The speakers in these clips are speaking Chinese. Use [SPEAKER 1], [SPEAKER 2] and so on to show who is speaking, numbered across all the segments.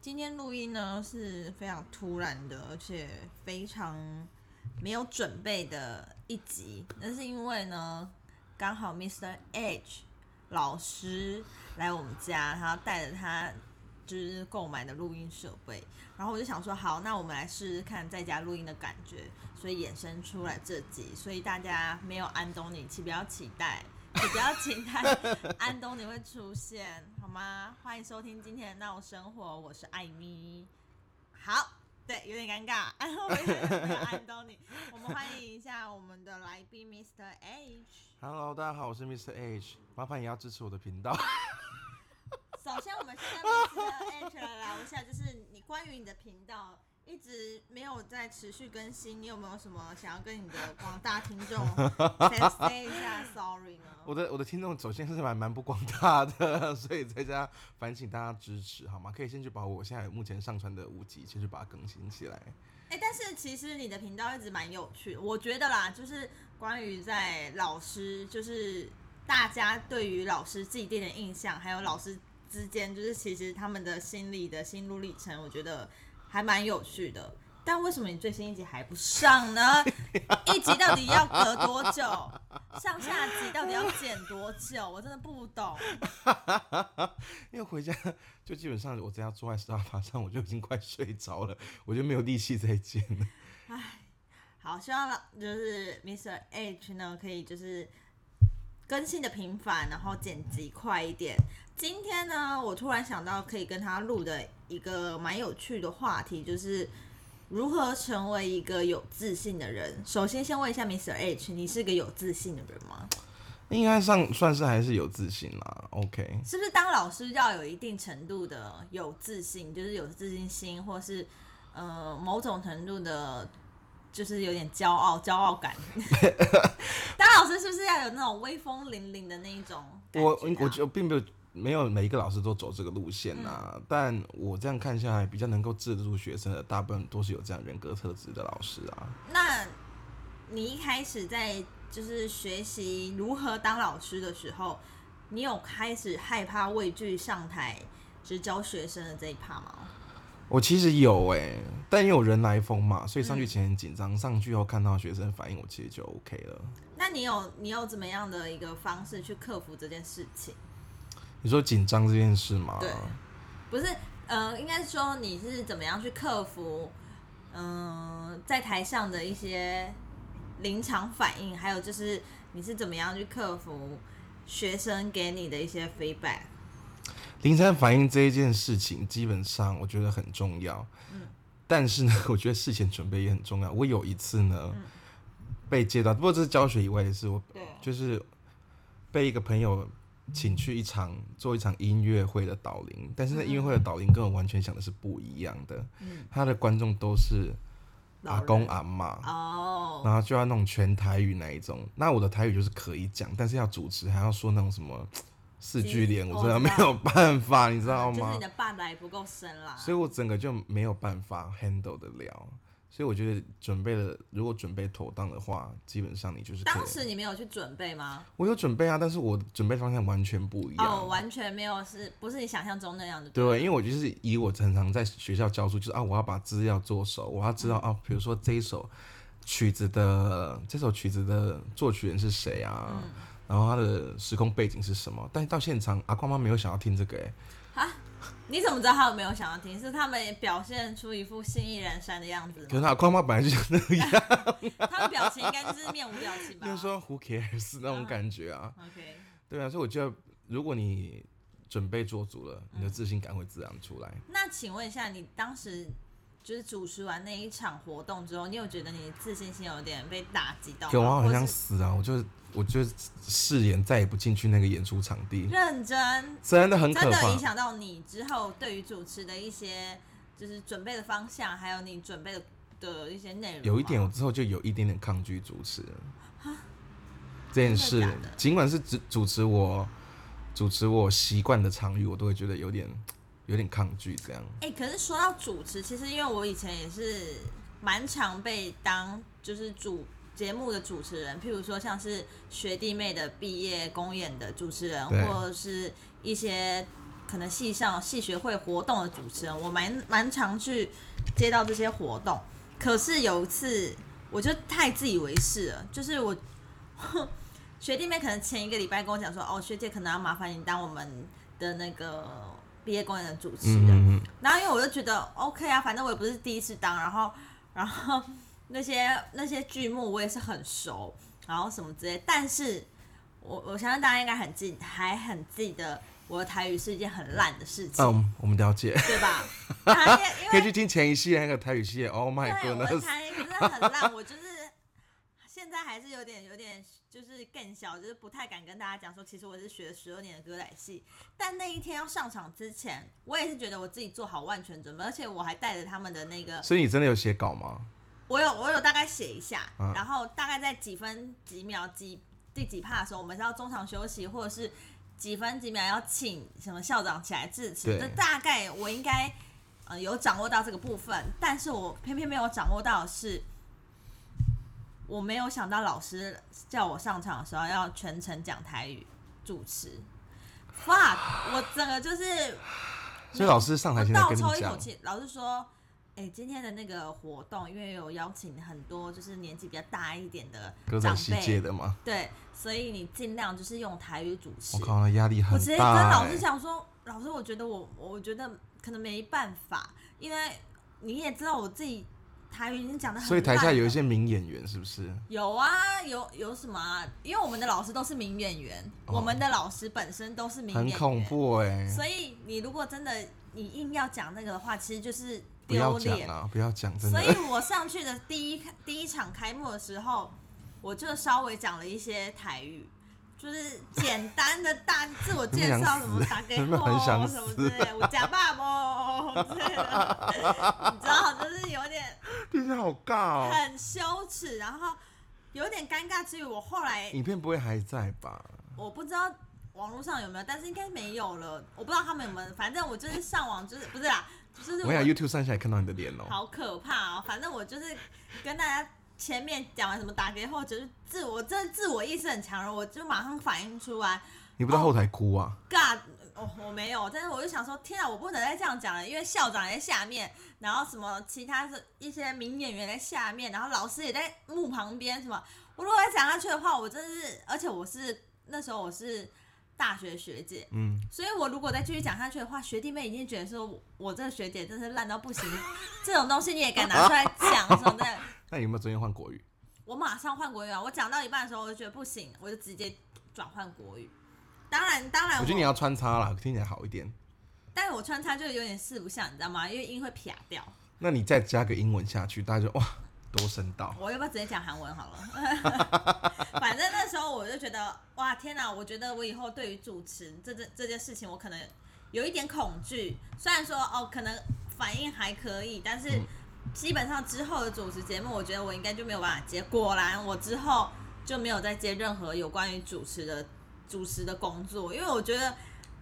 [SPEAKER 1] 今天录音呢是非常突然的，而且非常没有准备的一集。那是因为呢，刚好 Mr. H 老师来我们家，然后带着他就是购买的录音设备，然后我就想说，好，那我们来试试看在家录音的感觉，所以衍生出来这集。所以大家没有安东尼，请不要期待。 请不要期待安东尼会出现，好吗？欢迎收听今天的《闹生活》，我是艾米。好，对，有点尴尬，安东尼没有安东尼。我们欢迎一下我们的来宾 Mr. H。
[SPEAKER 2] Hello，大家好，我是 Mr. H，麻烦也要支持我的频道。
[SPEAKER 1] 首先，我们现在 Mr. H 来聊一下，就是你关于你的频道一直没有在持续更新，你有没有什么想要跟你的广大听众 say 一下 sorry 呢？
[SPEAKER 2] 我的我的听众首先是蛮蛮不广大的， 所以在家烦请大家支持好吗？可以先去把我现在目前上传的五集先去把它更新起来。
[SPEAKER 1] 哎、但是其实你的频道一直蛮有趣的，我觉得啦，就是关于在老师，就是大家对于老师既定的印象，还有老师之间，就是其实他们的心理的心路历程，我觉得还蛮有趣的。但为什么你最新一集还不上呢？一集到底要隔多久？上下集到底要剪多久？我真的不懂。
[SPEAKER 2] 因为回家就基本上我在家坐在沙发上，我就已经快睡着了，我就没有力气再见了。
[SPEAKER 1] 好，希望老就是 Mr. H 呢，可以就是更新的频繁，然后剪辑快一点。今天呢，我突然想到可以跟他录的一个蛮有趣的话题，就是如何成为一个有自信的人。首先，先问一下 Mr. H，你是个有自信的人吗？
[SPEAKER 2] 应该上算是还是有自信啦，OK。
[SPEAKER 1] 是不是当老师要有一定程度的有自信，就是有自信心，或是呃某种程度的，就是有点骄傲、骄傲感。 当老师是不是要有那种威风凛凛的那一种感
[SPEAKER 2] 我
[SPEAKER 1] 觉啊
[SPEAKER 2] 我就并没有没有每一个老师都走这个路线呐、但我这样看下来，比较能够制住学生的，大部分都是有这样人格特质的老师啊。
[SPEAKER 1] 那你一开始在就是学习如何当老师的时候，你有开始害怕、畏惧上台就是教学生的这一趴吗？
[SPEAKER 2] 我其实有哎、但因为有人来疯嘛，所以上去前很紧张，上去后看到学生反应，我其实就 OK 了。
[SPEAKER 1] 那你有你有怎么样的一个方式去克服这件事情？
[SPEAKER 2] 你说紧张这件事吗？
[SPEAKER 1] 对不是，呃，应该是说你是怎么样去克服，嗯、在台上的一些临场反应，还有就是你是怎么样去克服学生给你的一些 feedback。
[SPEAKER 2] 临场反应这一件事情，基本上我觉得很重要。但是呢， 我觉得事前准备也很重要。我有一次呢，被接到，不过这是教学以外的事，我
[SPEAKER 1] 对
[SPEAKER 2] 就是被一个朋友请去一场做一场音乐会的导聆，但是那音乐会的导聆跟我完全想的是不一样的。他的观众都是
[SPEAKER 1] 嗯老
[SPEAKER 2] 阿
[SPEAKER 1] 人
[SPEAKER 2] 公阿妈，
[SPEAKER 1] 哦，
[SPEAKER 2] 然后就要那种全台语那一种。那我的台语就是可以讲，但是要主持还要说那种什么四句联，
[SPEAKER 1] 嗯
[SPEAKER 2] 我真
[SPEAKER 1] 我
[SPEAKER 2] 的
[SPEAKER 1] 知
[SPEAKER 2] 没
[SPEAKER 1] 道
[SPEAKER 2] 有办法，你知道
[SPEAKER 1] 就是
[SPEAKER 2] 吗
[SPEAKER 1] 你？的半来不够深啦。
[SPEAKER 2] 所以我整个就没有办法 handle 得了。所以我觉得准备了，如果准备妥当的话，基本上你就是可
[SPEAKER 1] 当
[SPEAKER 2] 以。
[SPEAKER 1] 时你没有去准备吗？
[SPEAKER 2] 我有准备啊，但是我准备方向完全不一样。
[SPEAKER 1] 哦，完全没有是，不是你想象中那样的。
[SPEAKER 2] 对，因为我就是以我常常在学校教书，就是啊，我要把资料做熟，我要知道
[SPEAKER 1] 嗯
[SPEAKER 2] 啊，比如说这一首曲子的这首曲子的作曲人是谁啊，
[SPEAKER 1] 嗯
[SPEAKER 2] 然后他的时空背景是什么。但是到现场，阿光妈没有想要听这个、欸，
[SPEAKER 1] 你怎么知道他有没有想要听？是他们也表现出一副信意阑珊的样子吗
[SPEAKER 2] 可是阿光妈本来就
[SPEAKER 1] 嗯
[SPEAKER 2] 想那个样，
[SPEAKER 1] 他们表情应该就是面无表情吧
[SPEAKER 2] 就是说 who cares
[SPEAKER 1] 嗯
[SPEAKER 2] 那种感觉啊。
[SPEAKER 1] ？OK，
[SPEAKER 2] 对啊，所以我觉得如果你准备做足了，
[SPEAKER 1] 嗯
[SPEAKER 2] 你的自信感会自然出来。
[SPEAKER 1] 那请问一下，你当时就是主持完那一场活动之后，你有觉得你的自信心有点被打击到吗？
[SPEAKER 2] 有
[SPEAKER 1] 或
[SPEAKER 2] 啊，好
[SPEAKER 1] 是
[SPEAKER 2] 像死啊！我就我就誓言再也不进去那个演出场地，
[SPEAKER 1] 认真，
[SPEAKER 2] 真的很可
[SPEAKER 1] 真的
[SPEAKER 2] 怕
[SPEAKER 1] 影。响到你之后对于主持的一些就是准备的方向，还有你准备的的一些内容吗。
[SPEAKER 2] 有一点，我之后就有一点点抗拒主持
[SPEAKER 1] 啊
[SPEAKER 2] 这件
[SPEAKER 1] 真
[SPEAKER 2] 事
[SPEAKER 1] 的假的，
[SPEAKER 2] 尽管是主主持我主持我习惯的场域，我都会觉得有点有点抗拒这样。
[SPEAKER 1] 哎、可是说到主持，其实因为我以前也是蛮常被当就是主节目的主持人，譬如说像是学弟妹的毕业公演的主持人，
[SPEAKER 2] 对
[SPEAKER 1] 或者是一些可能系上系学会活动的主持人，我蛮蛮常去接到这些活动。可是有一次，我就太自以为是了，就是我 学弟妹可能前一个礼拜跟我讲说，哦，学姐可能要麻烦你当我们的那个毕业公演的主持人。
[SPEAKER 2] 嗯嗯
[SPEAKER 1] 然后因为我就觉得 OK 啊，反正我也不是第一次当，然后然后 那些那些剧目我也是很熟，然后什么之类，但是我我相信大家应该很记，还很记得我的台语是一件很烂的事情，
[SPEAKER 2] 嗯，嗯，我们了解，
[SPEAKER 1] 对吧？ 台因
[SPEAKER 2] 可以
[SPEAKER 1] 为
[SPEAKER 2] 去听前一系列那个台语系列，Oh my
[SPEAKER 1] 对我的
[SPEAKER 2] goodness，
[SPEAKER 1] 台语真的很烂，我就是。现在还是有点有点，就是更小，就是不太敢跟大家讲说，其实我是学了十二年的歌仔戏。但那一天要上场之前，我也是觉得我自己做好万全准备，而且我还带着他们的那个
[SPEAKER 2] 所以你真的有写稿吗？
[SPEAKER 1] 我有我有大概写一下，
[SPEAKER 2] 嗯
[SPEAKER 1] 然后大概在几分几秒几第几趴的时候，我们是要中场休息，或者是几分几秒要请什么校长起来致辞，
[SPEAKER 2] 对
[SPEAKER 1] 这大概我应该呃有掌握到这个部分，但是我偏偏没有掌握到的是。我没有想到老师叫我上场的时候要全程讲台语主持，fuck！我整个就是
[SPEAKER 2] 所以老师上台前才
[SPEAKER 1] 倒
[SPEAKER 2] 跟你
[SPEAKER 1] 抽一口
[SPEAKER 2] 讲，
[SPEAKER 1] 气，老师说，哎、今天的那个活动，因为有邀请很多就是年纪比较大一点的
[SPEAKER 2] 歌仔
[SPEAKER 1] 长
[SPEAKER 2] 戏界
[SPEAKER 1] 辈，
[SPEAKER 2] 的嘛，
[SPEAKER 1] 对，所以你尽量就是用台语主持
[SPEAKER 2] 我。靠，那压力
[SPEAKER 1] 我
[SPEAKER 2] 很
[SPEAKER 1] 直接跟
[SPEAKER 2] 大、欸。
[SPEAKER 1] 老师讲说，老师，我觉得我我觉得可能没办法，因为你也知道我自己台语已经讲的很烂了，
[SPEAKER 2] 所以台下有一些名演员，是不是？
[SPEAKER 1] 有啊，有有什么啊？因为我们的老师都是名演员，
[SPEAKER 2] 哦
[SPEAKER 1] 我们的老师本身都是名演
[SPEAKER 2] 很
[SPEAKER 1] 员，
[SPEAKER 2] 恐怖哎、
[SPEAKER 1] 所以你如果真的你硬要讲那个的话，其实就是
[SPEAKER 2] 不
[SPEAKER 1] 丢
[SPEAKER 2] 要讲
[SPEAKER 1] 脸。
[SPEAKER 2] 啊，不要讲，真
[SPEAKER 1] 所
[SPEAKER 2] 的。
[SPEAKER 1] 以我上去的第一第一场开幕的时候，我就稍微讲了一些台语，就是简单的大自我介绍，什么打给
[SPEAKER 2] 有没有很想
[SPEAKER 1] 我
[SPEAKER 2] 死
[SPEAKER 1] 什么之类的，我假爸 爸之类的，你知道，就是有点
[SPEAKER 2] 听起来好尬哦。
[SPEAKER 1] 很羞耻，然后有点尴尬之余，我后来
[SPEAKER 2] 影片不会还在吧？
[SPEAKER 1] 我不知道网络上有没有，但是应该没有了。我不知道他们有没有，反正我就是上网，就是不是啦，就是
[SPEAKER 2] 我想啊 YouTube 上下也看到你的脸哦、
[SPEAKER 1] 好可怕啊、反正我就是跟大家前面讲完什么打给后，就是自我真的自我意识很强，我就马上反应出来
[SPEAKER 2] 你不到后台哭啊？
[SPEAKER 1] ，God，哦，我没有，但是我就想说，天啊，我不能再这样讲了，因为校长也在下面，然后什么其他的一些名演员在下面，然后老师也在幕旁边，什么，我如果再讲下去的话，我真是，而且我是那时候我是大学学姐，
[SPEAKER 2] 嗯，
[SPEAKER 1] 所以我如果再继续讲下去的话，学弟妹一定觉得说我我这个学姐真是烂到不行， 这种东西你也敢拿出来讲什么的。
[SPEAKER 2] 那你有没有昨天换国语？
[SPEAKER 1] 我马上换国语啊！我讲到一半的时候，我就觉得不行，我就直接转换国语。当然，当然
[SPEAKER 2] 我
[SPEAKER 1] 我，
[SPEAKER 2] 觉得你要穿插啦，听起来好一点。
[SPEAKER 1] 但是我穿插就有点四不像，你知道吗？因为音会撇掉。
[SPEAKER 2] 那你再加个英文下去，大家就哇，多声道。
[SPEAKER 1] 我要不要直接讲韩文好了？ 反正那时候我就觉得，哇，天哪！我觉得我以后对于主持这这这件事情，我可能有一点恐惧。虽然说哦，可能反应还可以，但是基本上之后的主持节目，我觉得我应该就没有办法接。果然，我之后就没有再接任何有关于主持的主持的工作，因为我觉得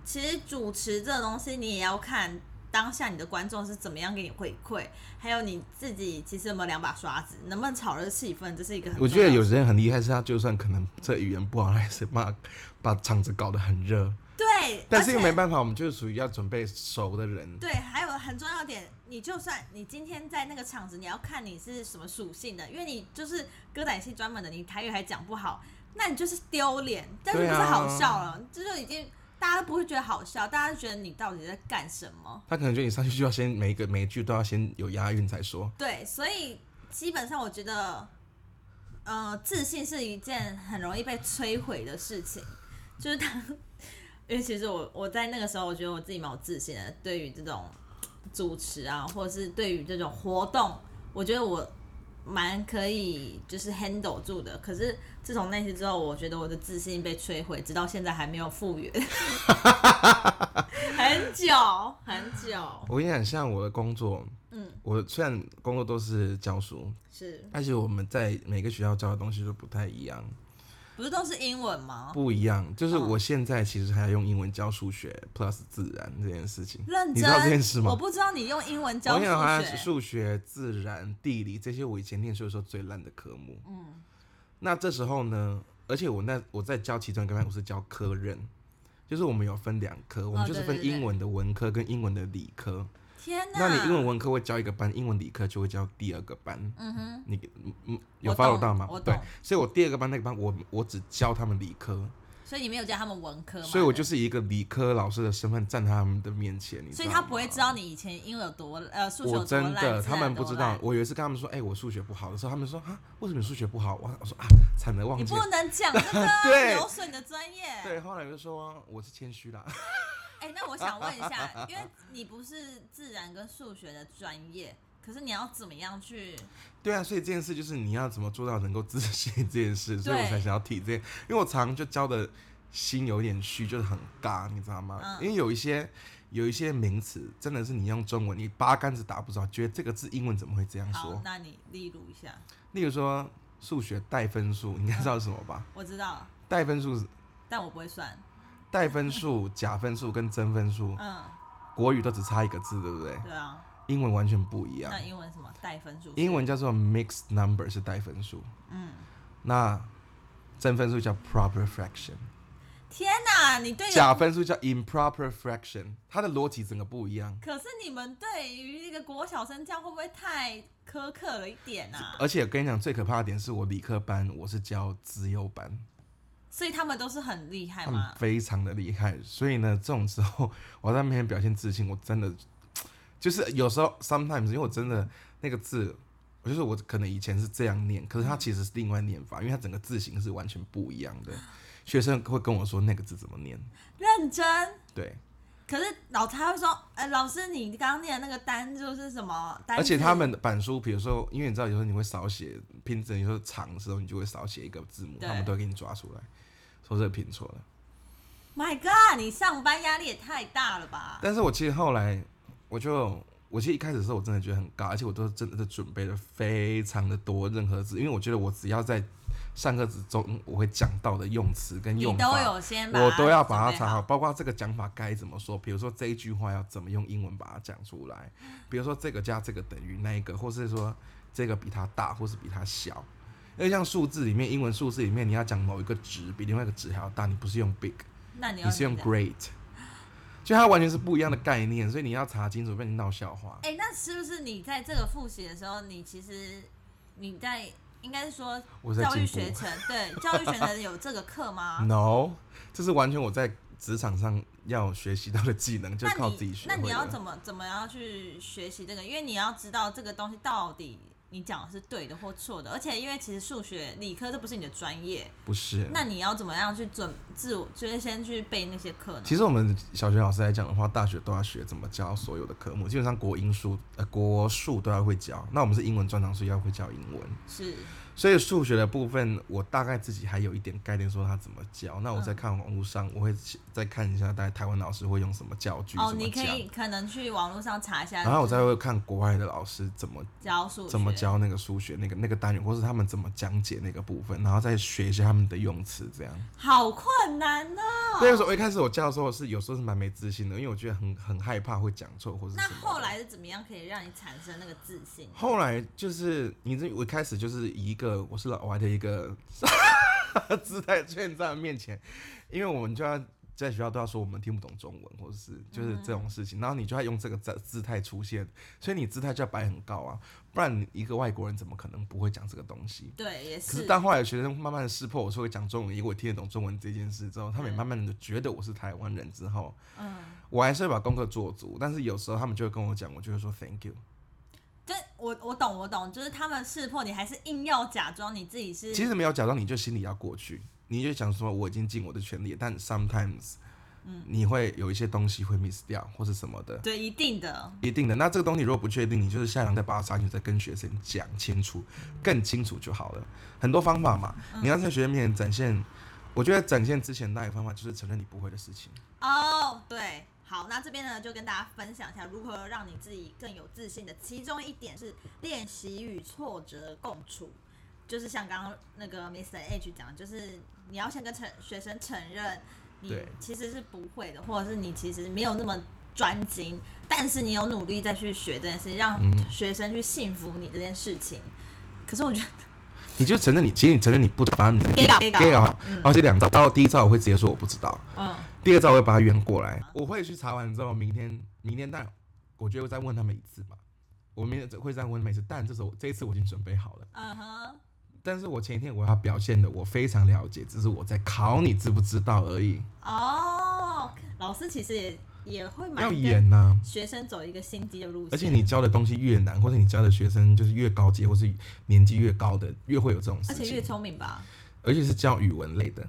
[SPEAKER 1] 其实主持这个东西，你也要看。当下你的观众是怎么样给你回馈，还有你自己其实有没有两把刷子，能不能炒热气氛，这是一个很
[SPEAKER 2] 我觉得
[SPEAKER 1] 重要的
[SPEAKER 2] 有些人很厉害，是他就算可能这语言不好，他还是把把场子搞得很热。
[SPEAKER 1] 对，
[SPEAKER 2] 但是又
[SPEAKER 1] 而
[SPEAKER 2] 没
[SPEAKER 1] 且
[SPEAKER 2] 办法，我们就是属于要准备熟的人。
[SPEAKER 1] 对，还有很重要的点，你就算你今天在那个场子，你要看你是什么属性的，因为你就是歌仔戏专门的，你台语还讲不好，那你就是丢脸，但是不
[SPEAKER 2] 对
[SPEAKER 1] 是
[SPEAKER 2] 啊
[SPEAKER 1] 好笑了，这就已经大家都不会觉得好笑，大家觉得你到底在干什么？
[SPEAKER 2] 他可能觉得你上去就要先每一个每一句都要先有押韵才说。
[SPEAKER 1] 对，所以基本上我觉得，呃，自信是一件很容易被摧毁的事情，就是当，因为其实我我在那个时候，我觉得我自己蛮有自信的，对于这种主持啊，或者是对于这种活动，我觉得我蛮可以就是 handle 住的。可是自从那次之后，我觉得我的自信被摧毁，直到现在还没有复原， 很久很久，
[SPEAKER 2] 我跟你讲，像我的工作，
[SPEAKER 1] 嗯，
[SPEAKER 2] 我虽然工作都是教书，
[SPEAKER 1] 是
[SPEAKER 2] 但是我们在每个学校教的东西都不太一样，
[SPEAKER 1] 不是都是英文吗？
[SPEAKER 2] 不一样。就是
[SPEAKER 1] 哦嗯
[SPEAKER 2] 我现在其实还要用英文教数学 plus 自然这件事情，
[SPEAKER 1] 认真，
[SPEAKER 2] 你知道这件事吗？
[SPEAKER 1] 我不知道你用英文教
[SPEAKER 2] 我
[SPEAKER 1] 数
[SPEAKER 2] 跟你讲，它
[SPEAKER 1] 学，
[SPEAKER 2] 数学、自然、地理这些我以前念书的时候最烂的科目。嗯，那这时候呢，而且我那我在教其中一个班，我是教科任，就是我们有分两科，我们就是分
[SPEAKER 1] 哦对对对
[SPEAKER 2] 英文的文科跟英文的理科。
[SPEAKER 1] 天哪！
[SPEAKER 2] 那你英文文科会教一个班，英文理科就会教第二个班。
[SPEAKER 1] 嗯哼，
[SPEAKER 2] 你嗯嗯有
[SPEAKER 1] 我懂
[SPEAKER 2] follow 到吗
[SPEAKER 1] 我？
[SPEAKER 2] 对
[SPEAKER 1] 懂，
[SPEAKER 2] 所以我第二个班那个班，我我只教他们理科，
[SPEAKER 1] 所以你没有教他们文科嘛？
[SPEAKER 2] 所以我
[SPEAKER 1] 对
[SPEAKER 2] 就是以一个理科老师的身份站在他们的面前，你知道
[SPEAKER 1] 所以他
[SPEAKER 2] 吗
[SPEAKER 1] 不会知。道你以前英文有多呃数学有
[SPEAKER 2] 我
[SPEAKER 1] 多
[SPEAKER 2] 真
[SPEAKER 1] 烂，
[SPEAKER 2] 的，
[SPEAKER 1] 自
[SPEAKER 2] 他
[SPEAKER 1] 然
[SPEAKER 2] 们
[SPEAKER 1] 多
[SPEAKER 2] 不知道
[SPEAKER 1] 烂。，
[SPEAKER 2] 我有一次跟他们说，哎、我数学不好的时候，他们说啊，为什么你数学不好？我我说啊，惨了，忘
[SPEAKER 1] 你
[SPEAKER 2] 记
[SPEAKER 1] 不
[SPEAKER 2] 了。
[SPEAKER 1] 能讲这个啊，
[SPEAKER 2] 对
[SPEAKER 1] 有损你的专业。
[SPEAKER 2] 对，后来我就说我是谦虚啦，
[SPEAKER 1] 哎、那我想问一下，因为你不是自然跟数学的专业，可是你要怎么样去？
[SPEAKER 2] 对啊，所以这件事就是你要怎么做到能够自信这件事，所以我
[SPEAKER 1] 对
[SPEAKER 2] 才想要提这件，因为我常就教的心有点虚，就是很尬，你知道吗？
[SPEAKER 1] 嗯
[SPEAKER 2] 因为有一些有一些名词真的是你用中文你八竿子打不着，觉得这个字英文怎么会这样
[SPEAKER 1] 好
[SPEAKER 2] 说，？
[SPEAKER 1] 那你例如一下，
[SPEAKER 2] 例如说数学带分数，你应该知道是什么吧？
[SPEAKER 1] 我知道，
[SPEAKER 2] 带分数、
[SPEAKER 1] 但我不会算。
[SPEAKER 2] 带分数、假分数跟真分数，
[SPEAKER 1] 嗯，
[SPEAKER 2] 国语都只差一个字，对不对？
[SPEAKER 1] 对啊。
[SPEAKER 2] 英文完全不一样
[SPEAKER 1] 那，英文什么带分数？
[SPEAKER 2] 英文叫做 mixed number 是带分数，
[SPEAKER 1] 嗯，
[SPEAKER 2] 那真分数叫 proper fraction。
[SPEAKER 1] 天哪，你对
[SPEAKER 2] 假分数叫 improper fraction，它的逻辑整个不一样，
[SPEAKER 1] 可是你们对于一个国小生这样会不会太苛刻了一点啊？
[SPEAKER 2] 而且我跟你讲，最可怕的点是我理科班我是教资优班，
[SPEAKER 1] 所以他们都是很厉害
[SPEAKER 2] 他们
[SPEAKER 1] 吗？
[SPEAKER 2] 非常的厉害，所以呢，这种时候我在面前表现自信，我真的就是有时候 sometimes，因为我真的那个字，我就是我可能以前是这样念，可是它其实是另外念法，因为它整个字形是完全不一样的。
[SPEAKER 1] 啊
[SPEAKER 2] 学生会跟我说那个字怎么念，
[SPEAKER 1] 认真。
[SPEAKER 2] 对，
[SPEAKER 1] 可是老他会说，哎、老师，你刚刚念的那个单就是什么单字？
[SPEAKER 2] 而且他们的板书，比如说，因为你知道有时候你会少写拼字，有时候长的时候你就会少写一个字母，
[SPEAKER 1] 对
[SPEAKER 2] 他们都会给你抓出来，说这个拼错了。
[SPEAKER 1] ，My God，你上班压力也太大了吧？
[SPEAKER 2] 但是我其实后来，我就我其实一开始的时候我真的觉得很尬，而且我都真的是准备了非常的多任何字，因为我觉得我只要在上课之中我会讲到的用词跟
[SPEAKER 1] 你
[SPEAKER 2] 用
[SPEAKER 1] 都
[SPEAKER 2] 法。
[SPEAKER 1] 有先把它
[SPEAKER 2] 我都要把它
[SPEAKER 1] 准备
[SPEAKER 2] 查好，
[SPEAKER 1] 好。
[SPEAKER 2] 包括这个讲法该怎么说，比如说这一句话要怎么用英文把它讲出来，比如说这个加这个等于那一个，或是说这个比它大，或是比它小。因为像数字里面，英文数字里面，你要讲某一个值比另外一个值还要大，你不是用 big，
[SPEAKER 1] 那你要
[SPEAKER 2] 你是用
[SPEAKER 1] 怎么样
[SPEAKER 2] great，就它完全是不一样的概念，所以你要查清楚，不然你闹笑话。
[SPEAKER 1] 哎、那是不是你在这个复习的时候，你其实你在应该是说
[SPEAKER 2] 我在
[SPEAKER 1] 教育
[SPEAKER 2] 进
[SPEAKER 1] 学
[SPEAKER 2] 步
[SPEAKER 1] 程对教育学程有这个课 吗？
[SPEAKER 2] ，no，这是完全我在职场上要学习到的技能，就
[SPEAKER 1] 那
[SPEAKER 2] 靠
[SPEAKER 1] 你
[SPEAKER 2] 自己学
[SPEAKER 1] 那
[SPEAKER 2] 会的。
[SPEAKER 1] 你要怎么怎么样去学习这个？因为你要知道这个东西到底你讲的是对的或错的，而且因为其实数学理科这不是你的专业，
[SPEAKER 2] 不是？
[SPEAKER 1] 那你要怎么样去准自我，就是先去背那些课呢？
[SPEAKER 2] 其实我们小学老师来讲的话，大学都要学怎么教所有的科目，基本上国英数、呃国数都要会教。那我们是英文专长，所以要会教英文。
[SPEAKER 1] 是
[SPEAKER 2] 所以数学的部分，我大概自己还有一点概念，说它怎么教。那我
[SPEAKER 1] 嗯
[SPEAKER 2] 在看网络上，我会再看一下，大概台湾老师会用什么教具，
[SPEAKER 1] 哦，
[SPEAKER 2] 怎么
[SPEAKER 1] 你可
[SPEAKER 2] 讲。
[SPEAKER 1] 以可能去网络上查一下，
[SPEAKER 2] 然后我再会看国外的老师怎么
[SPEAKER 1] 教数学
[SPEAKER 2] 怎么教那个数学那个那个单元，或是他们怎么讲解那个部分，然后再学一下他们的用词，这样。
[SPEAKER 1] 好困难哦呢、
[SPEAKER 2] 那个时候我一开始我教的时候是有时候是蛮没自信的，因为我觉得很很害怕会讲错或是
[SPEAKER 1] 那
[SPEAKER 2] 什么的。
[SPEAKER 1] 后来是怎么样可以让你产生那个自信？
[SPEAKER 2] 后来就是你这我一开始就是以一个我是老外的一个 姿态出现在他们面前，因为我们就要在学校都要说我们听不懂中文，或者是就是这种事
[SPEAKER 1] 嗯
[SPEAKER 2] 情，然后你就要用这个姿姿态出现，所以你姿态就要摆很高啊，不然你一个外国人怎么可能不会讲这个东西？
[SPEAKER 1] 对，也
[SPEAKER 2] 可是
[SPEAKER 1] 是。
[SPEAKER 2] 当后来学生慢慢的识破我是会讲中文，因为我听得懂中文这件事之后，他们也
[SPEAKER 1] 嗯
[SPEAKER 2] 慢慢的觉得我是台湾人之后，
[SPEAKER 1] 嗯，
[SPEAKER 2] 我还是会把功课做足，但是有时候他们就会跟我讲，我就会说 Thank you。
[SPEAKER 1] 就我我懂我懂，就是他们识破你，还是硬要假装你自己是。
[SPEAKER 2] 其实没有假装，你就心里要过去，你就想说我已经尽我的全力，但 sometimes，你会有一些东西会 miss 掉或是什么的，
[SPEAKER 1] 对，一定的。
[SPEAKER 2] 一定的。那这个东西如果不确定，你就是下堂再把它查清楚，再跟学生讲清楚，更清楚就好了。很多方法嘛，你要在学生面前展现，我觉得展现之前那一个方法就是承认你不会的事情。
[SPEAKER 1] 哦对，好，那这边呢就跟大家分享一下如何让你自己更有自信的。其中一点是练习与挫折共处，就是像刚刚那个 Mr. H 讲的，就是你要先跟承学生承认你
[SPEAKER 2] 对
[SPEAKER 1] 其实是不会的，或者是你其实没有那么专精，但是你有努
[SPEAKER 2] 嗯
[SPEAKER 1] 力再去学这件事，让学生去信服你这件事情。可是我觉得
[SPEAKER 2] 你就承认你，其实你承认你不知道，反正你
[SPEAKER 1] gay 搞 gay 搞
[SPEAKER 2] gay 啊，然后这两招，到第一招我会直接说我不知道，
[SPEAKER 1] 嗯，
[SPEAKER 2] 第二招我会把他冤过来，我会去查完之后，明天明天但我觉得我再问他们一次吧，我明天会再问他们一次，但这时候这一次我已经准备好了，
[SPEAKER 1] 嗯哼，
[SPEAKER 2] 但是我前一天我要表现的我非常了解，只是我在考你知不知道而已，
[SPEAKER 1] 哦，老师其实也也会蛮
[SPEAKER 2] 要
[SPEAKER 1] 跟
[SPEAKER 2] 演呐、
[SPEAKER 1] 学生走一个心机的路线，
[SPEAKER 2] 而且你教的东西越难，或者你教的学生就是越高阶，或是年纪越高的，越会有这种事
[SPEAKER 1] 而且
[SPEAKER 2] 情。
[SPEAKER 1] 越聪明吧，
[SPEAKER 2] 而且是教语文类的，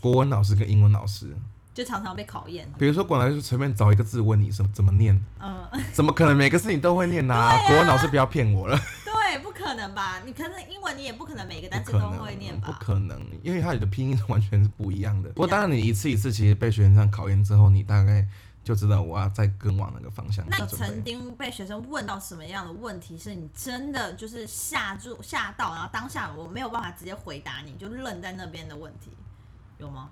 [SPEAKER 2] 国文老师跟英文老师，
[SPEAKER 1] 就常常被考验，
[SPEAKER 2] 比如说国文老师随便找一个字问你什么怎么念，
[SPEAKER 1] 嗯，啊
[SPEAKER 2] 怎么可能每个字你都会念 呐、国文老师不要骗我了，
[SPEAKER 1] 对，不可能吧？你可能英文你也不可能每个
[SPEAKER 2] 不
[SPEAKER 1] 单词
[SPEAKER 2] 可
[SPEAKER 1] 都
[SPEAKER 2] 能
[SPEAKER 1] 会念，
[SPEAKER 2] 不
[SPEAKER 1] 吧？
[SPEAKER 2] 可能，因为它的拼音完全是不一样的。不过当然，你一次一次其实被学生这样考验之后，你大概就知道我要再更往哪个方向
[SPEAKER 1] 那你
[SPEAKER 2] 去准
[SPEAKER 1] 曾
[SPEAKER 2] 备。
[SPEAKER 1] 经被学生问到什么样的问题，是你真的就是吓住吓到，然后当下我没有办法直接回答你，就愣在那边的问题，有吗？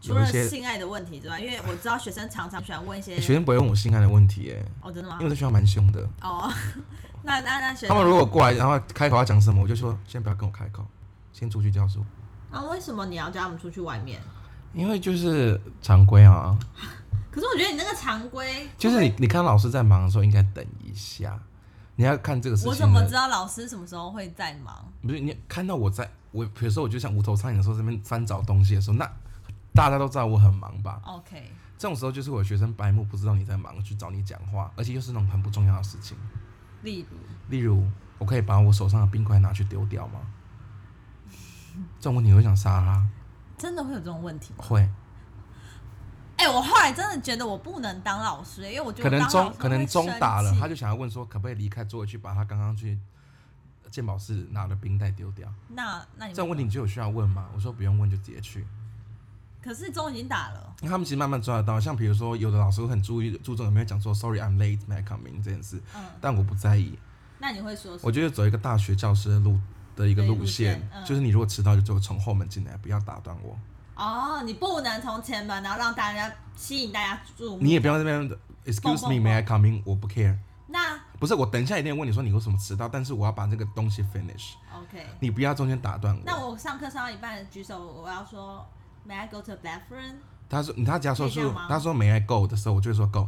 [SPEAKER 1] 除
[SPEAKER 2] 有一
[SPEAKER 1] 了
[SPEAKER 2] 些
[SPEAKER 1] 性爱的问题之外，因为我知道学生常常喜欢问一些
[SPEAKER 2] 学生不会问我性爱的问题耶，
[SPEAKER 1] 哦，真的吗
[SPEAKER 2] 因为？我在学校蛮凶的。
[SPEAKER 1] 哦， 那那那学
[SPEAKER 2] 他
[SPEAKER 1] 生
[SPEAKER 2] 们如果过来，然后开口要讲什么，我就说先不要跟我开口，先出去教书，
[SPEAKER 1] 那啊为什么你要叫他们出去外面？
[SPEAKER 2] 因为就是常规啊，
[SPEAKER 1] 可是我觉得你那个常规，
[SPEAKER 2] 就是你你看老师在忙的时候，应该等一下，你要看这个事情
[SPEAKER 1] 我
[SPEAKER 2] 呢。
[SPEAKER 1] 怎么知道老师什么时候会在忙？
[SPEAKER 2] 不是你看到我在，我比如说我就像无头苍蝇的时候，这边翻找东西的时候，那大家都知道我很忙吧？
[SPEAKER 1] OK，
[SPEAKER 2] 这种时候就是我学生白目，不知道你在忙，去找你讲话，而且又是那种很不重要的事情，
[SPEAKER 1] 例如
[SPEAKER 2] 例如我可以把我手上的冰块拿去丢掉 吗？这种问题我会想杀他，
[SPEAKER 1] 真的会有这种问题吗？
[SPEAKER 2] 会。
[SPEAKER 1] 哎、我后来真的觉得我不能当老师、因为我觉
[SPEAKER 2] 可
[SPEAKER 1] 得
[SPEAKER 2] 能
[SPEAKER 1] 当老
[SPEAKER 2] 中
[SPEAKER 1] 师
[SPEAKER 2] 可能
[SPEAKER 1] 会
[SPEAKER 2] 中
[SPEAKER 1] 生
[SPEAKER 2] 打了，
[SPEAKER 1] 气
[SPEAKER 2] 他就想要问说，可不可以离开座位去把他刚刚去鉴宝室拿的冰袋丢掉？
[SPEAKER 1] 那那你
[SPEAKER 2] 这
[SPEAKER 1] 们
[SPEAKER 2] 种问题你就有需要问吗？我说不用问，就直接去。
[SPEAKER 1] 可是钟已经打了，
[SPEAKER 2] 因为他们其实慢慢抓得到，像比如说有的老师会很注意注重有没有讲说 “sorry I'm late, may I come in” 这件事，
[SPEAKER 1] 嗯，
[SPEAKER 2] 但我不在意。
[SPEAKER 1] 那你会说什么？
[SPEAKER 2] 我觉得走一个大学教师的路的一个
[SPEAKER 1] 对
[SPEAKER 2] 路
[SPEAKER 1] 路
[SPEAKER 2] 线，
[SPEAKER 1] 线嗯
[SPEAKER 2] 就是你如果迟到就只有从后门进来，不要打断我。
[SPEAKER 1] 哦，你不能从前门，然后让大家吸引大家注目。
[SPEAKER 2] 你也不要在那边 “excuse
[SPEAKER 1] 蹦蹦
[SPEAKER 2] me, may I come in”，我不 care。
[SPEAKER 1] 那
[SPEAKER 2] 不是，我等一下一定问你说你为什么迟到，但是我要把这个东西 finish，
[SPEAKER 1] OK，
[SPEAKER 2] 你不要中间打断我。
[SPEAKER 1] 那我上课上到一半举手，我要说 May I go to the bathroom？
[SPEAKER 2] 他说他只要说
[SPEAKER 1] 可以这
[SPEAKER 2] 出
[SPEAKER 1] 样吗
[SPEAKER 2] 他说没 I go 的时候，我就会说 go，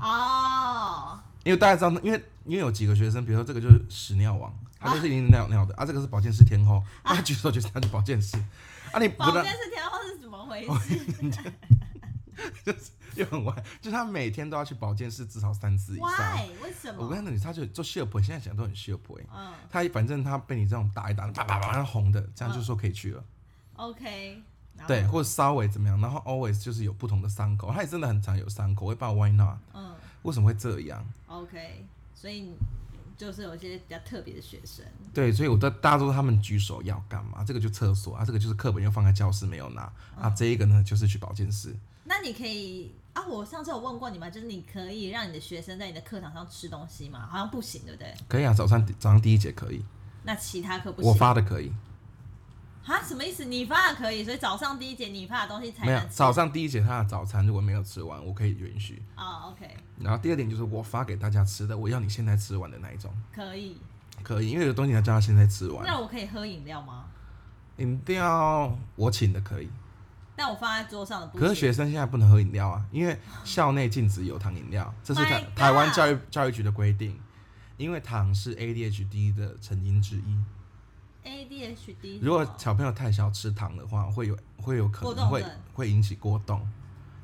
[SPEAKER 1] 哦，
[SPEAKER 2] 因为大家知道，因为因为有几个学生，比如说这个就是屎尿王，他就是已经尿尿的啊，这个是保健室天后，他举手就是他是保健室，啊你不
[SPEAKER 1] 啊保
[SPEAKER 2] 能
[SPEAKER 1] 健室天后是怎么回事？
[SPEAKER 2] 又很歪，就是他每天都要去保健室至少三次以上。
[SPEAKER 1] Why？为什
[SPEAKER 2] 我
[SPEAKER 1] 么？
[SPEAKER 2] 跟你讲，他就做秀婆，现在想都很秀婆。
[SPEAKER 1] 嗯
[SPEAKER 2] 他反正他被你这种打一打，啪啪啪，然后红的，这样就说可以去了，
[SPEAKER 1] ，OK，然后
[SPEAKER 2] 对，，或者稍微怎么样，然后 always 就是有不同的伤口，他也真的很常有伤口，我也不知道 why not，
[SPEAKER 1] 嗯
[SPEAKER 2] 为什么会这样？
[SPEAKER 1] ，OK，所以就是有一些比较特别的学生，
[SPEAKER 2] 对，所以我在大家都说他们举手要干嘛？这个就厕所啊，这个就是课本又放在教室没有拿、啊，这一个呢就是去保健室。
[SPEAKER 1] 那你可以啊，我上次有问过你嘛，就是你可以让你的学生在你的课堂上吃东西吗？好像不行，对不对？
[SPEAKER 2] 可以啊，早上早上第一节可以，
[SPEAKER 1] 那其他课不
[SPEAKER 2] 我
[SPEAKER 1] 行
[SPEAKER 2] 发的可以，
[SPEAKER 1] 啊？什么意思？你发的可以，所以早上第一节你发的东西才
[SPEAKER 2] 没有
[SPEAKER 1] 能吃
[SPEAKER 2] 早上第一节他的早餐如果没有吃完，我可以允许。
[SPEAKER 1] 哦，OK，
[SPEAKER 2] 然后第二点就是我发给大家吃的，我要你现在吃完的那一种，
[SPEAKER 1] 可以。
[SPEAKER 2] 可以，因为有东西你要叫他现在吃完。
[SPEAKER 1] 那我可以喝饮料吗？
[SPEAKER 2] 饮料我请的可以，
[SPEAKER 1] 但我放在桌上的不
[SPEAKER 2] 可是
[SPEAKER 1] 行。
[SPEAKER 2] 学生现在不能喝饮料啊，因为校内禁止有糖饮料，这是
[SPEAKER 1] My
[SPEAKER 2] 台
[SPEAKER 1] God
[SPEAKER 2] 台湾教育教育局的规定，因为糖是 ADHD 的成因之一。
[SPEAKER 1] ADHD，
[SPEAKER 2] 如果
[SPEAKER 1] 是什么啊
[SPEAKER 2] 小朋友太小吃糖的话，会有会有可
[SPEAKER 1] 过
[SPEAKER 2] 能
[SPEAKER 1] 动
[SPEAKER 2] 会
[SPEAKER 1] 症
[SPEAKER 2] 会引起过动，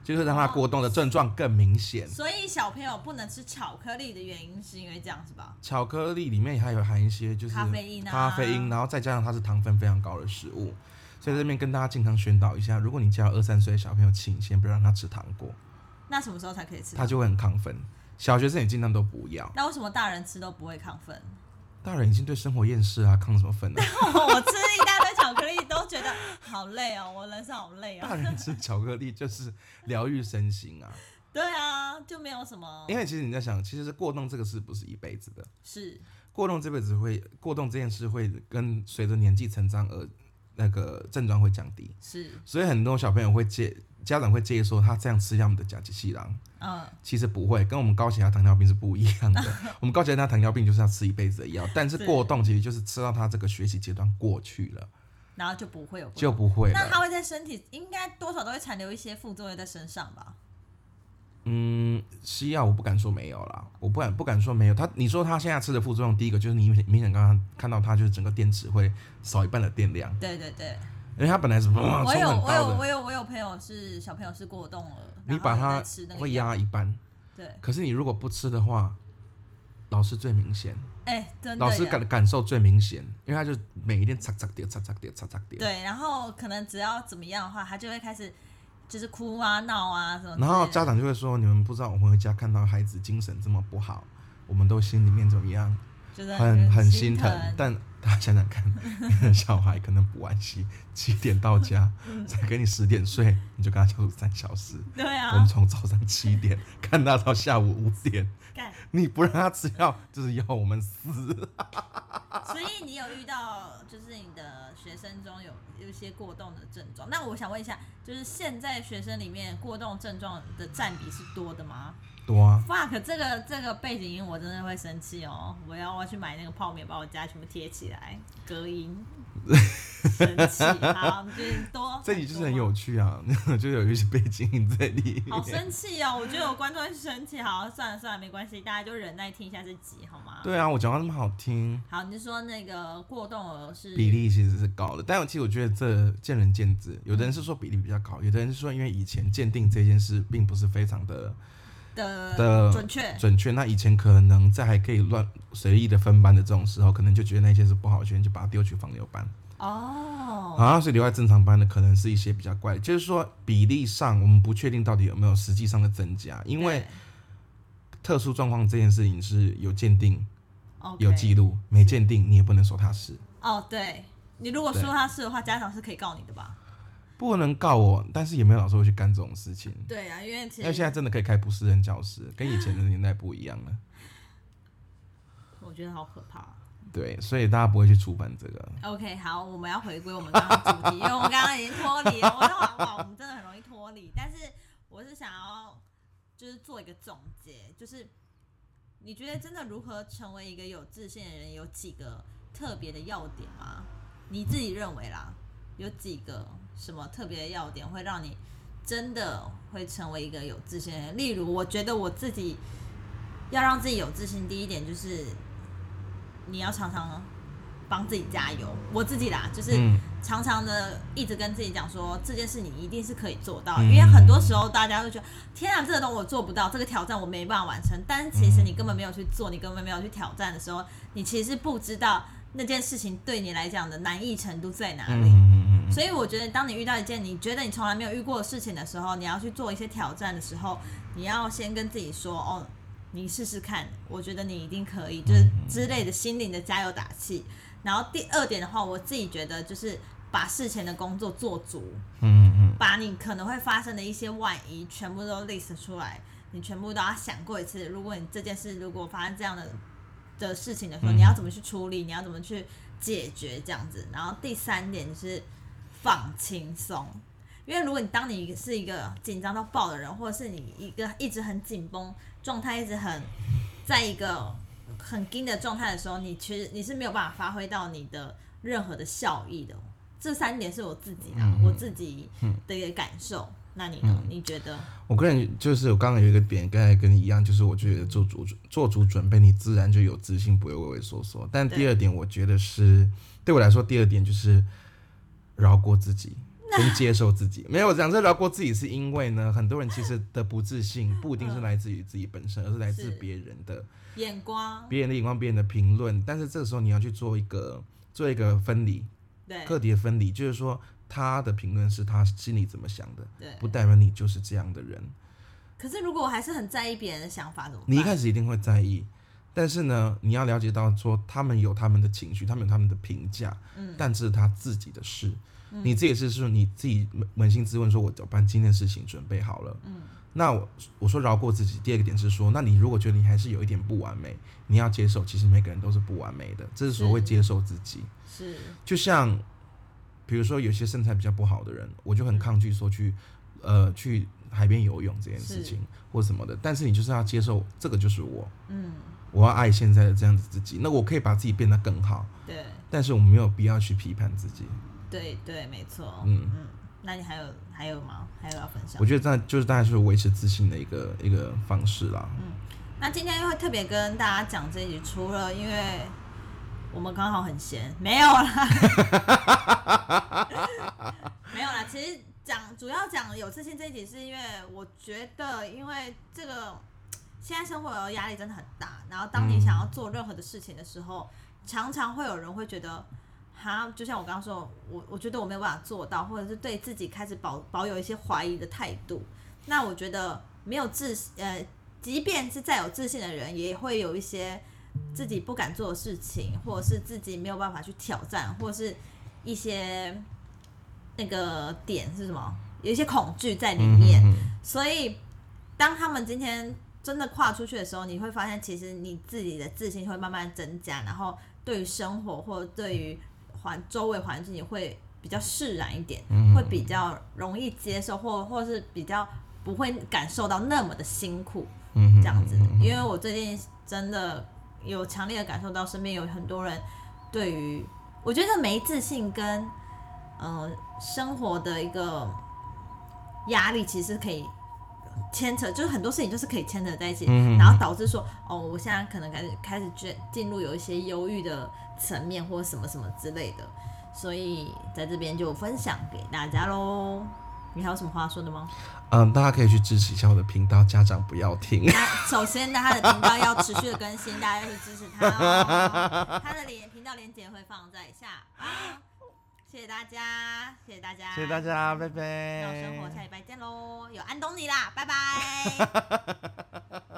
[SPEAKER 2] 就是让他
[SPEAKER 1] 哦
[SPEAKER 2] 过动的症状更明显。
[SPEAKER 1] 所以小朋友不能吃巧克力的原因是因为这样是吧？
[SPEAKER 2] 巧克力里面还有含一些就是
[SPEAKER 1] 咖啡因啊
[SPEAKER 2] 咖啡因然后再加上它是糖分非常高的食物，所以这边跟大家健康宣导一
[SPEAKER 1] 嗯
[SPEAKER 2] 下，如果你家有二三岁的小朋友，请先不要让他吃糖果，
[SPEAKER 1] 那什么时候才可以吃？
[SPEAKER 2] 他就会很亢奋。小学生也尽量都不要，
[SPEAKER 1] 那为什么大人吃都不会亢奋？
[SPEAKER 2] 大人已经对生活厌世啊，亢什 么奋啊？
[SPEAKER 1] 我吃一大堆巧克力都觉得好累哦，我人生好累
[SPEAKER 2] 大
[SPEAKER 1] 哦。
[SPEAKER 2] 人吃巧克力就是疗愈身心啊，
[SPEAKER 1] 对啊，就没有什么
[SPEAKER 2] 因为其实你在想，其实过动这个事不是一辈子的，
[SPEAKER 1] 是
[SPEAKER 2] 过动这辈子会过动这件事会跟随着年纪成长而那个症状会降低，
[SPEAKER 1] 是
[SPEAKER 2] 所以很多小朋友会借家长会介意说他这样吃他们的甲基西郎，
[SPEAKER 1] 嗯，
[SPEAKER 2] 其实不会，跟我们高血压、糖尿病是不一样的。 我们高血压、糖尿病就是要吃一辈子的药，但是
[SPEAKER 1] 是
[SPEAKER 2] 过动其实就是吃到他这个学习阶段过去了，
[SPEAKER 1] 然后就不会有过
[SPEAKER 2] 就不会
[SPEAKER 1] 那
[SPEAKER 2] 了。
[SPEAKER 1] 它会在身体应该多少都会残留一些副作用在身上吧？
[SPEAKER 2] 嗯，西药我不敢说没有啦，我不敢不敢说没有。他你说他现在吃的副作用，第一个就是你明显明显刚刚看到他就是整个电池会少一半的电量，
[SPEAKER 1] 对对对，
[SPEAKER 2] 因为他本来是哇
[SPEAKER 1] 我
[SPEAKER 2] 冲
[SPEAKER 1] 有我
[SPEAKER 2] 很
[SPEAKER 1] 有
[SPEAKER 2] 啊高
[SPEAKER 1] 我
[SPEAKER 2] 的，
[SPEAKER 1] 有我有朋友是小朋友是过动了，
[SPEAKER 2] 你
[SPEAKER 1] 然后
[SPEAKER 2] 把
[SPEAKER 1] 有在
[SPEAKER 2] 它
[SPEAKER 1] 吃那个
[SPEAKER 2] 会
[SPEAKER 1] 药，
[SPEAKER 2] 压一半。
[SPEAKER 1] 对，
[SPEAKER 2] 可是你如果不吃的话，老师最明显，
[SPEAKER 1] 哎、真的
[SPEAKER 2] 老师
[SPEAKER 1] 耶
[SPEAKER 2] 感感受最明显，因为他就每一天擦擦点，擦擦点，擦擦点。
[SPEAKER 1] 对，然后可能只要怎么样的话，他就会开始就是哭啊闹啊什么之类的，
[SPEAKER 2] 然后家长就会说：“你们不知道我们回家看到孩子精神这么不好，我们都心里面怎么样，
[SPEAKER 1] 就是
[SPEAKER 2] 很很
[SPEAKER 1] 心
[SPEAKER 2] 心疼。但大家想想看，你的小孩可能补完习七点到家，才给你十点睡，你就跟他相处三小时。
[SPEAKER 1] 对
[SPEAKER 2] 我们
[SPEAKER 1] 啊，
[SPEAKER 2] 从早上七点看他到下午五点，
[SPEAKER 1] 干，
[SPEAKER 2] 你不让他吃药，就是要我们死。
[SPEAKER 1] 所以你有遇到就是你的学生中有有一些过动的症状？那我想问一下，就是现在学生里面过动症状的占比是多的吗
[SPEAKER 2] 多啊，
[SPEAKER 1] ？fuck，这个这个背景音我真的会生气哦！我要我要去买那个泡面，把我家全部贴起来，隔 音。生气，好，就是多。
[SPEAKER 2] 这里就是很
[SPEAKER 1] 多
[SPEAKER 2] 有趣啊，就有一些背景音在里
[SPEAKER 1] 好
[SPEAKER 2] 面。
[SPEAKER 1] 生气哦！我觉得我观众会生气。好，算了算了，没关系，大家就忍耐听一下这集好吗？
[SPEAKER 2] 对啊，我讲话那么好听，
[SPEAKER 1] 好，你就说那个过动儿是
[SPEAKER 2] 比例其实是高的，但其实我觉得这见仁见智，有
[SPEAKER 1] 嗯
[SPEAKER 2] 的人是说比例比较高，有的人是说因为以前鉴定这件事并不是非常的
[SPEAKER 1] 的
[SPEAKER 2] 的
[SPEAKER 1] 准确，
[SPEAKER 2] 准确，那以前可能在还可以乱随意的分班的这种时候，可能就觉得那些是不好的学生，就把它丢去放牛班，
[SPEAKER 1] 哦，
[SPEAKER 2] 啊，所以留在正常班的可能是一些比较怪的，就是说比例上我们不确定到底有没有实际上的增加，因为
[SPEAKER 1] 对
[SPEAKER 2] 特殊状况这件事情是有鉴定
[SPEAKER 1] OK
[SPEAKER 2] 有记录，没鉴定你也不能说他是。
[SPEAKER 1] 哦，对你如果说他是的话，家长是可以告你的吧？
[SPEAKER 2] 不能告我，但是也没有老师会去干这种事情。
[SPEAKER 1] 对啊，因为其
[SPEAKER 2] 因为
[SPEAKER 1] 实
[SPEAKER 2] 现在真的可以开不私人教室，跟以前的年代不一样了。
[SPEAKER 1] 我觉得好可怕。啊
[SPEAKER 2] 对，所以大家不会去触犯这个。
[SPEAKER 1] OK，好，我们要回归我们刚刚的主题，因为我们刚刚已经脱离了。我哇哇，我们真的很容易脱离，但是我是想要就是做一个总结，就是你觉得真的如何成为一个有自信的人，有几个特别的要点吗？你自己认为啦，有几个什么特别的要点会让你真的会成为一个有自信的人？例如，我觉得我自己要让自己有自信，第一点就是你要常常帮自己加油。我自己啦，就是
[SPEAKER 2] 嗯
[SPEAKER 1] 常常的一直跟自己讲说，这件事你一定是可以做到，
[SPEAKER 2] 嗯
[SPEAKER 1] 因为很多时候大家会觉得，天啊，这个东西我做不到，这个挑战我没办法完成。但是其实你根本没有去做，你根本没有去挑战的时候，你其实不知道那件事情对你来讲的难易程度在哪
[SPEAKER 2] 嗯
[SPEAKER 1] 里。
[SPEAKER 2] 嗯嗯嗯
[SPEAKER 1] 所以我觉得，当你遇到一件你觉得你从来没有遇过的事情的时候，你要去做一些挑战的时候，你要先跟自己说：“哦，你试试看，我觉得你一定可以。”就是之类的心灵的加油打气。然后第二点的话，我自己觉得就是把事前的工作做足，
[SPEAKER 2] 嗯嗯
[SPEAKER 1] 把你可能会发生的一些万一全部都 list 出来，你全部都要想过一次。如果你这件事如果发生这样的的事情的时候，
[SPEAKER 2] 嗯
[SPEAKER 1] 你要怎么去处理？你要怎么去解决这样子？然后第三点就是放轻松，因为如果你当你是一个紧张到爆的人，或者是你一个一直很紧绷状态，一直很在一个很紧的状态的时候，你其实你是没有办法发挥到你的任何的效益的哦。这三点是我自己的、啊
[SPEAKER 2] 嗯
[SPEAKER 1] 我自己的一个感受。那你呢？你觉得？
[SPEAKER 2] 嗯，我个人就是我刚刚有一个点，刚才跟你一样，就是我觉得做足做足准备，你自然就有自信，不会畏畏缩缩。但第二点，我觉得是对我来说，第二点就是饶过自己。跟接受自己，没有我讲这饶过自己，是因为呢，很多人其实的不自信不一定是来自于自己本身，而是来自
[SPEAKER 1] 是
[SPEAKER 2] 别人的
[SPEAKER 1] 眼光
[SPEAKER 2] 别人的眼光、别人的评论，但是这个时候你要去做一个做一个分离，
[SPEAKER 1] 对
[SPEAKER 2] 个体的分离，就是说他的评论是他心里怎么想的，
[SPEAKER 1] 对。
[SPEAKER 2] 不代表你就是这样的人。
[SPEAKER 1] 可是如果我还是很在意别人的想法怎么
[SPEAKER 2] 你一
[SPEAKER 1] 办？
[SPEAKER 2] 开始一定会在意，但是呢，你要了解到说他们有他们的情绪，他们有他们的评价，嗯，但这是他自己的事。
[SPEAKER 1] 嗯
[SPEAKER 2] 你自己是说你自己扪扪心自问，说我把今天的事情准备好了，嗯，那我我说饶过自己。第二个点是说，那你如果觉得你还是有一点不完美，你要接受，其实每个人都是不完美的，这是所谓
[SPEAKER 1] 是
[SPEAKER 2] 接受自己。
[SPEAKER 1] 是嗯
[SPEAKER 2] 就像比如说有些身材比较不好的人，我就很抗拒说去呃去海边游泳这件事
[SPEAKER 1] 是
[SPEAKER 2] 情或什么的，但是你就是要接受这个就是我，
[SPEAKER 1] 嗯，
[SPEAKER 2] 我要爱现在的这样子自己，那我可以把自己变得更好，
[SPEAKER 1] 对
[SPEAKER 2] 但是我没有必要去批判自己。
[SPEAKER 1] 对对，没错。
[SPEAKER 2] 嗯
[SPEAKER 1] 嗯，那你还有还有吗？还有要分享
[SPEAKER 2] 我？觉得这就是大概是维持自信的一个一个方式啦。
[SPEAKER 1] 那今天会特别跟大家讲这一集，除了因为我们刚好很闲，没有 啦，没有啦。其实讲主要讲有自信这一集，是因为我觉得，因为这个现在生活的压力真的很大，然后当你想要做任何的事情的时候，常常会有人会觉得。哈，就像我刚刚说，我我觉得我没有办法做到，或者是对自己开始保保有一些怀疑的态度。那我觉得没有自呃即便是再有自信的人，也会有一些自己不敢做的事情，或者是自己没有办法去挑战，或者是一些那个点是什么，有一些恐惧在里面。
[SPEAKER 2] 嗯
[SPEAKER 1] 所以，当他们今天真的跨出去的时候，你会发现，其实你自己的自信会慢慢增加，然后对于生活或者对于环周围环境，你会比较释然一点，
[SPEAKER 2] 嗯
[SPEAKER 1] 会比较容易接受，或或是比较不会感受到那么的辛苦
[SPEAKER 2] 嗯哼
[SPEAKER 1] 这样子。因为我最近真的有强烈的感受到，身边有很多人对于我觉得没自信跟呃生活的一个压力，其实可以牵扯，就是很多事情就是可以牵扯在一起，
[SPEAKER 2] 嗯
[SPEAKER 1] 然后导致说哦，我现在可能开始开始进进入有一些忧郁的层面或什么什么之类的，所以在这边就分享给大家喽。你还有什么话说的吗？
[SPEAKER 2] 嗯，大家可以去支持一下我的频道，家长不要听。
[SPEAKER 1] 那首先呢，他的频道要持续的更新，大家要去支持他哦。他的连频道连接会放在下方，谢谢大家，谢谢大家，
[SPEAKER 2] 谢谢大。家，拜
[SPEAKER 1] 那我
[SPEAKER 2] 拜。
[SPEAKER 1] 生活下礼拜见喽，有安东尼啦，拜拜。